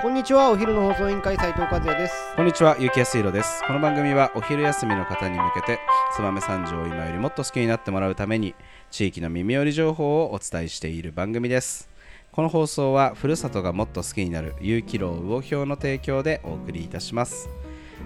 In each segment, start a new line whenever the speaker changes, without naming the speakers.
こんにちはお昼の放送委員会斉藤和也です
こんにちは、ゆきやすいろです。この番組はお昼休みの方に向けて、つばめ三条を今よりもっと好きになってもらうために、地域の耳寄り情報をお伝えしている番組です。この放送は、ふるさとがもっと好きになる、有機楼魚表の提供でお送りいたします。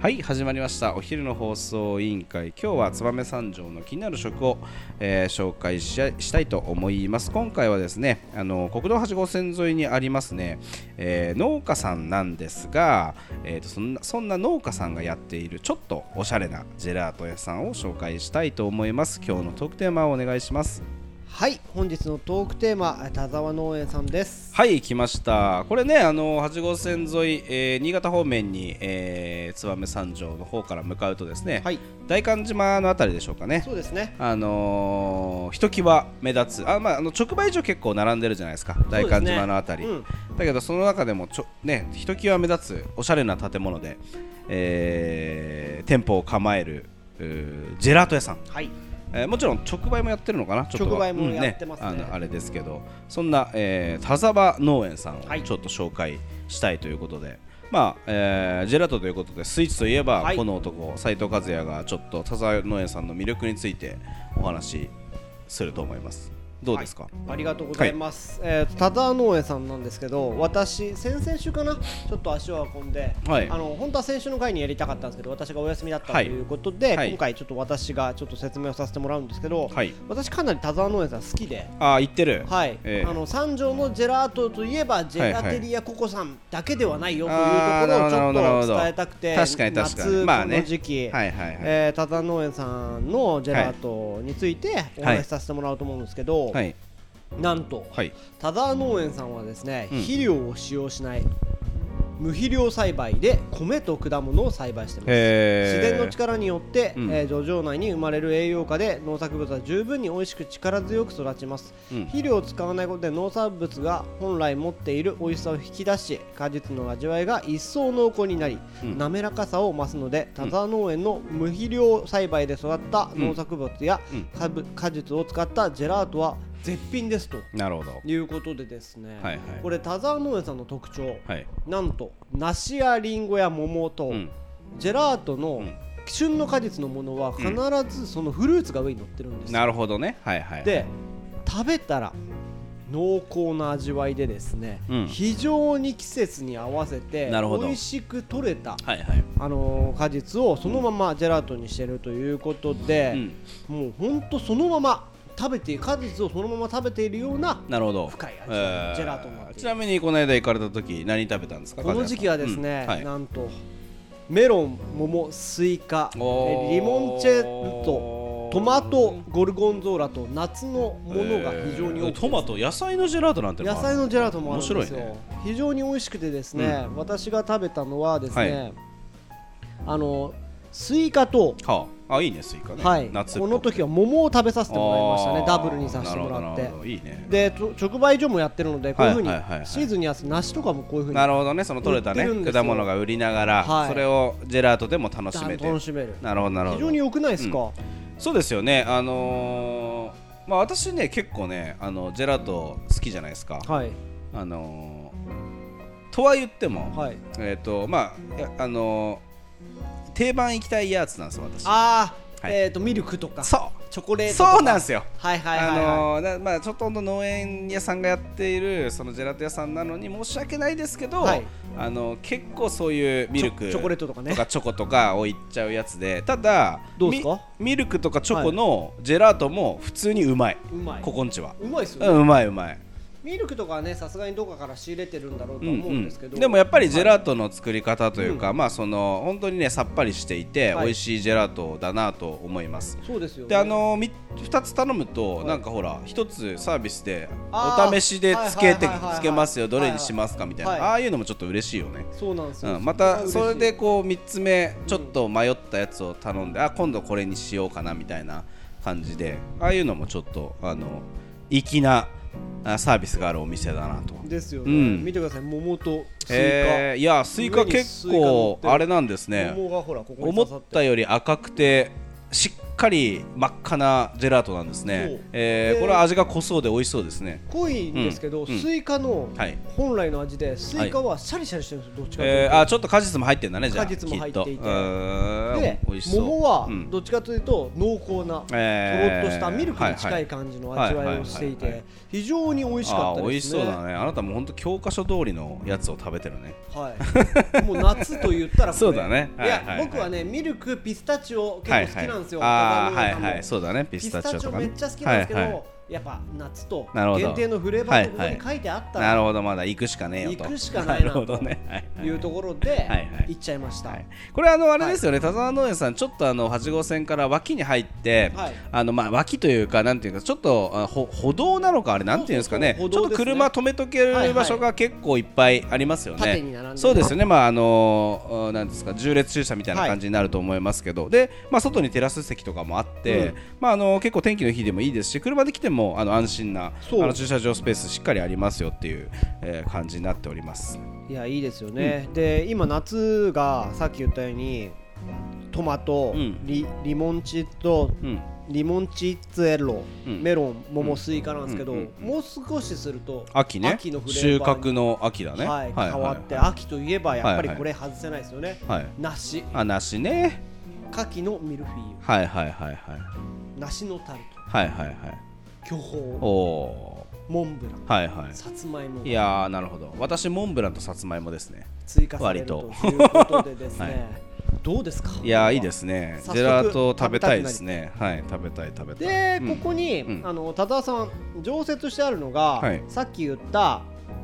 はい、始まりました。お昼の放送委員会。今日はつばめ三条の気になる食を、えー紹介ししたいと思います。今回はですね、あの国道8号線沿いにありますね、えー農家さんなんですが、えーとそんなそんな農家さんがやっているちょっとおしゃれなジェラート屋さんを紹介したいと思います今日のトークテーマをお願いします
はい本日のトークテーマ田沢農園さんです
はい来ましたこれねあの8号線沿い、えー新潟方面に、えー、燕三条の方から向かうとですね、
はい
大観島のあたりでしょうかね
そうですね
あのーひときわ目立つあ、まあ、あの直売所結構並んでるじゃないですか大観島のあたり、
うん
だけどその中でもちょ、ね、ひときわ目立つおしゃれな建物で、えー店舗を構えるうージェラート屋さん、
はい
えーもちろん直売もやってるのかなちょっとは
直売も
うん
やってますね
あのあれですけどそんな、えー田沢農園さんを
はい
ちょっと紹介したいということで、まあえージェラートということでスイーツといえば、
はい
この男斉藤和也がちょっと田沢農園さんの魅力についてお話しすると思いますどうですか、
ありがとうございます、えー田沢農園さんなんですけど私先々週かなちょっと足を運んで、
はい
あの本当は先週の回にやりたかったんですけど私がお休みだったと
はい
いうことで、
はい
今回ちょっと私がちょっと説明をさせてもらうんですけど、
はい
私かなり田沢農園さん好きで
ああ行ってる
はい、
ええ
あの三条のジェラートといえばジェラテリアココさんだけではないよというところをち
あーなるほ
ょっ
どなるほ
と
ど
伝えたくて
確かに確かに
夏
まあ
この
ね
時期、
はいはいはい
えー、多田農園さんのジェラートについてお話しさせてもらおうと思うんですけど、
はい
なんと、
はい
多田農園さんはですね、
うん
肥料を使用しない無肥料栽培で米と果物を栽培しています、
自
自然の力によって、
うん
えー土壌内に生まれる栄養価で農作物は十分に美味しく力強く育ちます、
うん
肥料を使わないことで農産物が本来持っている美味しさを引き出し果実の味わいが一層濃厚になり、
うん
滑らかさを増すので田沢農園の無肥料栽培で育った農作物や、
うん
かぶ果実を使ったジェラートは絶品ですと
なるほど
いうことでですね、
はいはい
これ田沢農園さんの特徴
はい
なんと梨やリンゴや桃と、
うん
ジェラートの
ん
旬の果実のものは必ずそのフルーツが上に乗ってるんですよ、
なるほどねはいはい
で食べたら濃厚な味わいでですね、
うん
非常に季節に合わせて
なるほど
美味しく取れた、
はいはい
あのー果実をそのままジェラートにしてるということで、もうほんとそのまま食べて果実をそのまま食べているような
なるほど
深い味
えー
ジェラートになっている
ちなみにこの間行かれた時何食べたんですか
この時期はですね、
うんはい
なんとメロン、桃、スイカ、え
おー
リモンチェット、トマト、ゴルゴンゾーラと夏のものが非常に多
えー
く
トマト野菜のジェラートなんての
野
もある
菜のジェラートもあるんですよ、
面白いね
非常に美味しくてですね、私が食べたのはですね、
は
あのスイカと、
はああいいねスイカね
はい、
夏っ
こ
ぽく
の時は桃を食べさせてもらいました
あ
ね
ー
ダブルにさせてもらっ
な
て
るほどなるほどいいね
でと直売所もやってるのでこういうふうに
はいはいはいはい
シーズンに合わせて梨とかもこういうふうに
なるほどねその取れた
売っ
ね
てるんですよ
果物が売りながら、
はい
それをジェラートでも楽しめて
楽しめる
なるほどなるほ
非
ど
常に良くないですか、
そうですよね、あのーまあ、私ね、結構ね、あのジェラート好きじゃないですか。
はい
あのーとは言っても、
はい
えっ、と、まあ、いやあのー定番行きたいやつなんですよ、私。
ああ、
はい
えっ、とミルクとか
そ
チョコ
う、
レートとか
そうなんですよ。
はいはいはい
あ
はい、
のーなまあ、ちょっとほんと農園屋さんがやっているそのジェラート屋さんなのに申し訳ないですけど、
はい
あの結構そういうミル
チ
ク
ョチョコレートとかね
とかチョコとか置いちゃうやつでただ
どうですか
みミルクとかチョコのジェラートも普通にうまい、
うまい
ここんちは、
うまいっすよ
う
ね、
ん、うまいうまい、
ミルクとかはねさすがにどっかから仕入れてるんだろう
う
と
ん
は思
う
うん
ん
ですけど、
でもやっぱりジェ
ー
ラートの作り方というか、まあその本当にねさっぱりしていて、
はい
美味しいジェラートだなと思います
トそうですよね、
であのみ2つ頼むと、なんかほら1つサービスでお試しでつけて
あーはいはいはいはい
つけますよどれにしますかみたいな、
はい
ああいうのもちょっと嬉しいよね、
そうなんですよ、
うん、また
そ
そ
れは
れ
嬉しい
でこう3つ目ちょっと迷ったやつを頼んで、あ今度これにしようかなみたいな感じでああいうのもちょっとあの粋なあサービスがあるお店だなと。
ですよね、
うん
見てください桃とスイカ、
えー、いやスイカ
上に
結
スイカ乗っ
構
てる
あれなんですね
桃がほらここに
思
刺さ
っ
って
たより赤くてしっかり真っ赤なジェラートなんです
そ
ね
う、
えー
で
これは味が濃そうで美味しそうですね
濃いんですけど、
うんうん
スイカの
はい
本来の味でスイカはシャリシャリしてるんですよどっちかとい
え
うと、
ー、あちょっと果実も入ってんだねじゃあ
果実も入っていて
きっとうーん
で
美味しそう
桃は
うん
どっちかというと濃厚な、とろ
え
っ
ー
としたミルクに
は
近
はい
感じの味わいをしてい
はいはいはい
て非常に美味しかった
あー美
で
味し
す
そう
ね。
だねあなたもう本当教科書通りのやつを食べてるね
はい、もう夏と言ったらこれ
そうだね
い
はいはい
や
はい
僕はねミルクピスタチオ結構好きなんですよ。
は
高田
いはい、あー
の中
はい
も
はいそうだねピ
ピ
ス
ス
タ
タ
チ
チ
オ
オ
とか、
め
ね、
っちゃ好きなんですけど、
はいはい
やっぱ夏と
なるほど
限定のフレーバーのここ
はい
に
は
書いてあった
なる
ら
ほどまだ行くしかねえよと
行くしかないな
るほどねはい
と
はい
いうところで
はいはい
行っちゃいました。
はい、これあのあれですよね、田沢農園さんちょっとあの8号線から脇に入って、
はい
あのまあ脇というかなんていうかちょっとあほ歩道なのかあれなんていうんですかね
そうそう
ち
そう
ょ
歩道
っと
ですね
車止めとける場所が結構いっぱいありますよね、
はいはい縦に並んでる
そうですよねまああのなんですか重列駐車みたいな感じになると思いますけど、でまあ外にテラス席とかもあって、
うん
まああの結構天気の日でもいいですし車で来てもあの安心なあ
そう
の駐車場スペースしっかりありますよっていう、えー感じになっております。
いやいいですよね、で今夏がさっき言ったようにトマト、
うん
リリモンチッド
うん
リモンチッツエロ、
うん
メロン桃スイカなんですけど、
うんうんうん
もう少しすると
秋ね
のフレ
収
ーバー
穫の秋だね
はい、変わって、秋といえばやっぱりこれ外せないですよね、
はい、
梨
あ梨ね
牡蠣のミルフィーユ
はいはいはいはい
梨のタルト
はいはいはい
巨
お
峰
お
モンブラン
ーはいは
さつまいも
いいやーなるほど私モンブランとさつまいもですね
追加されるということでですね、
割
どうですか
いやーいいですね
早
ジ
速
ェラート食べたいですねはい食べたい食べた
で、
いうん
ここに、
うん
あの多田さん常設してあるのが、
はい
さっき言った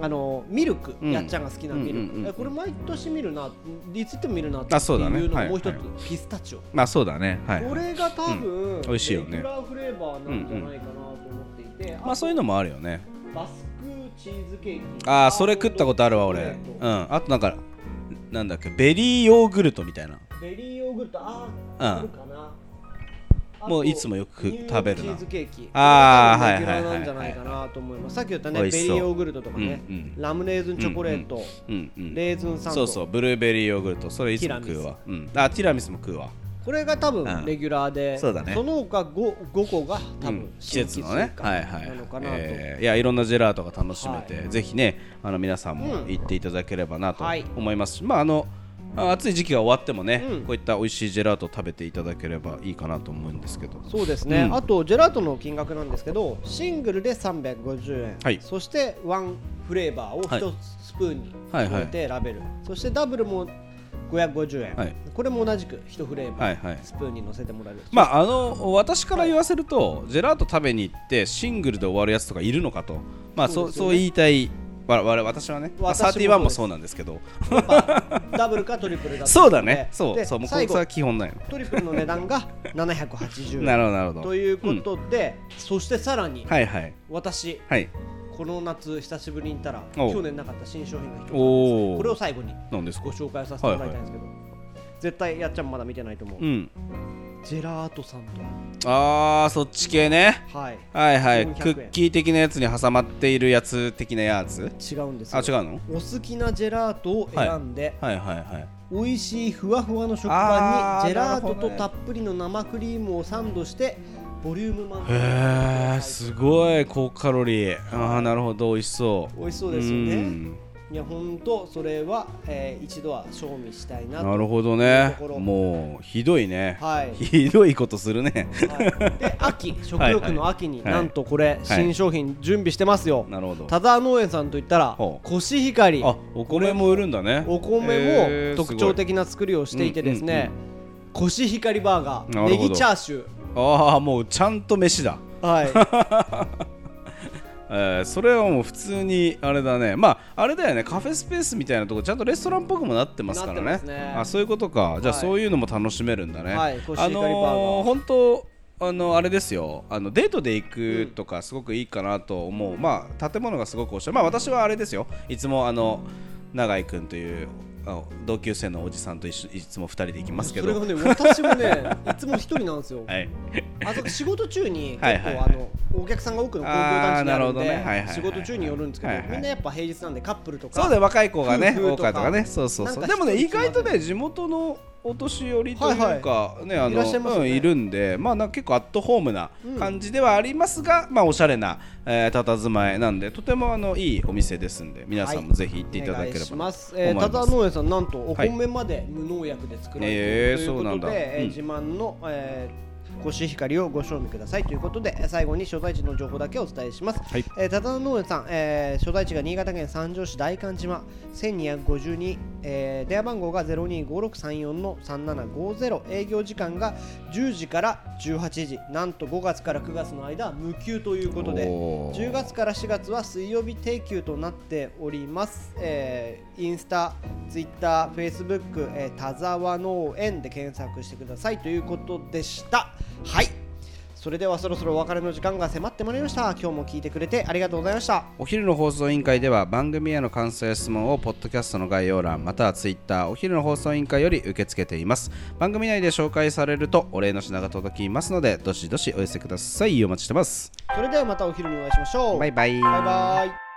あのミルク、
うん
やっちゃんが好きなミルク、
うんうんうんうん
えこれ毎年見るないつ行っても見るなって
あ
い
そう
う
だ
の
ね
が
はい
もう一つ、
はい
ピスタチオ、
まあそうだねはい
これが多分、
ん美味しいよね
レギュラーフレーバーなんじゃないかなと思っていて、
まあそういうのもあるよね
とバスクチーズケーキ
ああそれ食ったことあるわ
アー
俺
モンド
う
チョコレー
んあとなんかなんだっけベリーヨーグルトみたいな
トベリーヨーグルトあ
うん
ー来るかなあと
もういつもよく
ニューヨーク
食べるな
チーズケーキ
あー
レギュラーなんじゃないかなと思いますさっき言ったね
美
ベ
味
リ
しそう
ーヨーグルトとかね、
うんうん
ラムレーズンチョコレート、
うんうん
レーズンサン
そ
ド
うそうブルーベリーヨーグルトそれいつも食うわうんあティラミスも食うわ
これが多
うん
分レギュラーで、
そうだね
の他 5, 5個が多
うん
分
季節のね、はいはい
なのかなと、
えーいやいろんなジェラートが楽しめて、
は
ぜひねあの皆さんも
うん
行っていただければなと
はい
思いますし、まああのあ暑い時期が終わってもね、
うん
こういった美味しいジェラートを食べていただければいいかなと思うんですけど
そうですね、
うん
あとジェラートの金額なんですけどシングルで350円、
はい
そしてワンフレーバーを
はい
1スプーンに
はいはい
入れて選べる、そしてダブルも550円、
はい
これも同じく1フレーバー、
はいはい
スプーンに乗せてもらえる、
まああの私から言わせると、ジェラート食べに行ってシングルで終わるやつとかいるのかとまあ
そ
そう,、
うです
そ
よね
う言いたいわわ私はね、まあ、
私もそうです
31もそうなんですけど
やっぱダブルかトリプルだと
そうだねそう
で
そうもうこ
最
れ
後
は基本だよ
トリプルの値段が780円
なるほどなるほど
ということで、そしてさらに、
うんはいはい
私
はい
この夏久しぶりに行ったら
おう
去年なかった新商品が一つ
おお
これを最後に
なんですか
ご紹介させてもらいたいんですけど、絶対やっちゃんまだ見てないと思う、
うん
ジェラートサン
あーそっち系ね
ドはい
はいはい
400
クッキー的なやつに挟まっているやつ的なやつ
違うんです
あ
よ
違うの
お好きなジェラートを選んで、
はいはいはい
美味しいふわふわの食パ
あー
ンにジェラー
な
ト
るほど
と
ね
たっぷりの生クリームをサンドしてボリューム満
へえ
点
すごい高カロリーああなるほど美味しそう
美味しそうですよね
ん
いや本当それは、えー一度は賞味したいなと
なるほど
いう
ね
ところ
もうひどいね
はい
ひどいことするね
はいで秋食欲の秋に、
はいは
な
い
んとこれ、新商品準備してますよ
なるほど
田沢農園さんといったら
ほう
コシヒカリ
あお米も売るんだね
お米
へー
も特徴的な作りをしていてですねコシヒカリバーガ
な
ー
るほど
ネギチャーシュ
すごいああもうちゃんと飯だ
ーはい
えーそれはもう普通にあれだねまああれだよねカフェスペースみたいなとこちゃんとレストランっぽくもなってますからね
なってますね
あそういうことかじゃあ
はい
そういうのも楽しめるんだね、
はいコシヒ
あ
カリバーガー
のー本当あのあれですよあのデートで行くとかすごくいいかなと思う、まあ建物がすごくおしゃれまあ私はあれですよいつもあの永井君というあの同級生のおじさんと一緒いつも2人で行きますけ
そ
ど
れがね私もねいつも一人なんですよ
はい、
あと仕事中に結構
はいはいはい
あのお客さんが多くの工業団地にあるん
あーなるほどねはいはいはい
で
はい
仕事中に寄るんですけ
はいはい
どみんなやっぱ平日なんでカップルとか
そうだよ若い子がね
夫婦
多
と
か
か
ったからねそうそうそ
な
うん
か
でもね
一
意
人一人
外とね地元のお年寄りというか、ねあの
いらっしゃいますよね
うん、いるんで、まあ、なんか結構アットホームな感じではありますが、まあ、おしゃれな、えー、佇まいなんでとてもあのいいお店ですんで皆さんもぜひ行っていただ
お
ければ
願い
と
し
思いま
ますす。。えー、ただ農園さんなんとお米まで無農薬で作られてい
え
る
ー
ということで、
そうなんだ
えー
うん
自慢の、えー、コシヒカリをご賞味くださいということでえー最後に所在地の情報だけお伝えします、
はい
えー、ただ農園さん、えー、所在地が新潟県三条市大観島1252、えー、電話番号が025634の3750営業時間が10時から18時なんと5月から9月の間は無休ということで
おー
10月から4月は水曜日定休となっております、えーインスタツイッターフェイスブック、えー田沢農園で検索してくださいということでしたはいそれではそろそろお別れの時間が迫ってまいりました今日も聞いてくれてありがとうございました
お昼の放送委員会では番組への感想や質問をポッドキャストの概要欄またはツイッターお昼の放送委員会より受け付けています番組内で紹介されるとお礼の品が届きますのでどしどしお寄せくださいお待ちしてます
それではまたお昼にお会いしましょう
バイバイ
バイバイ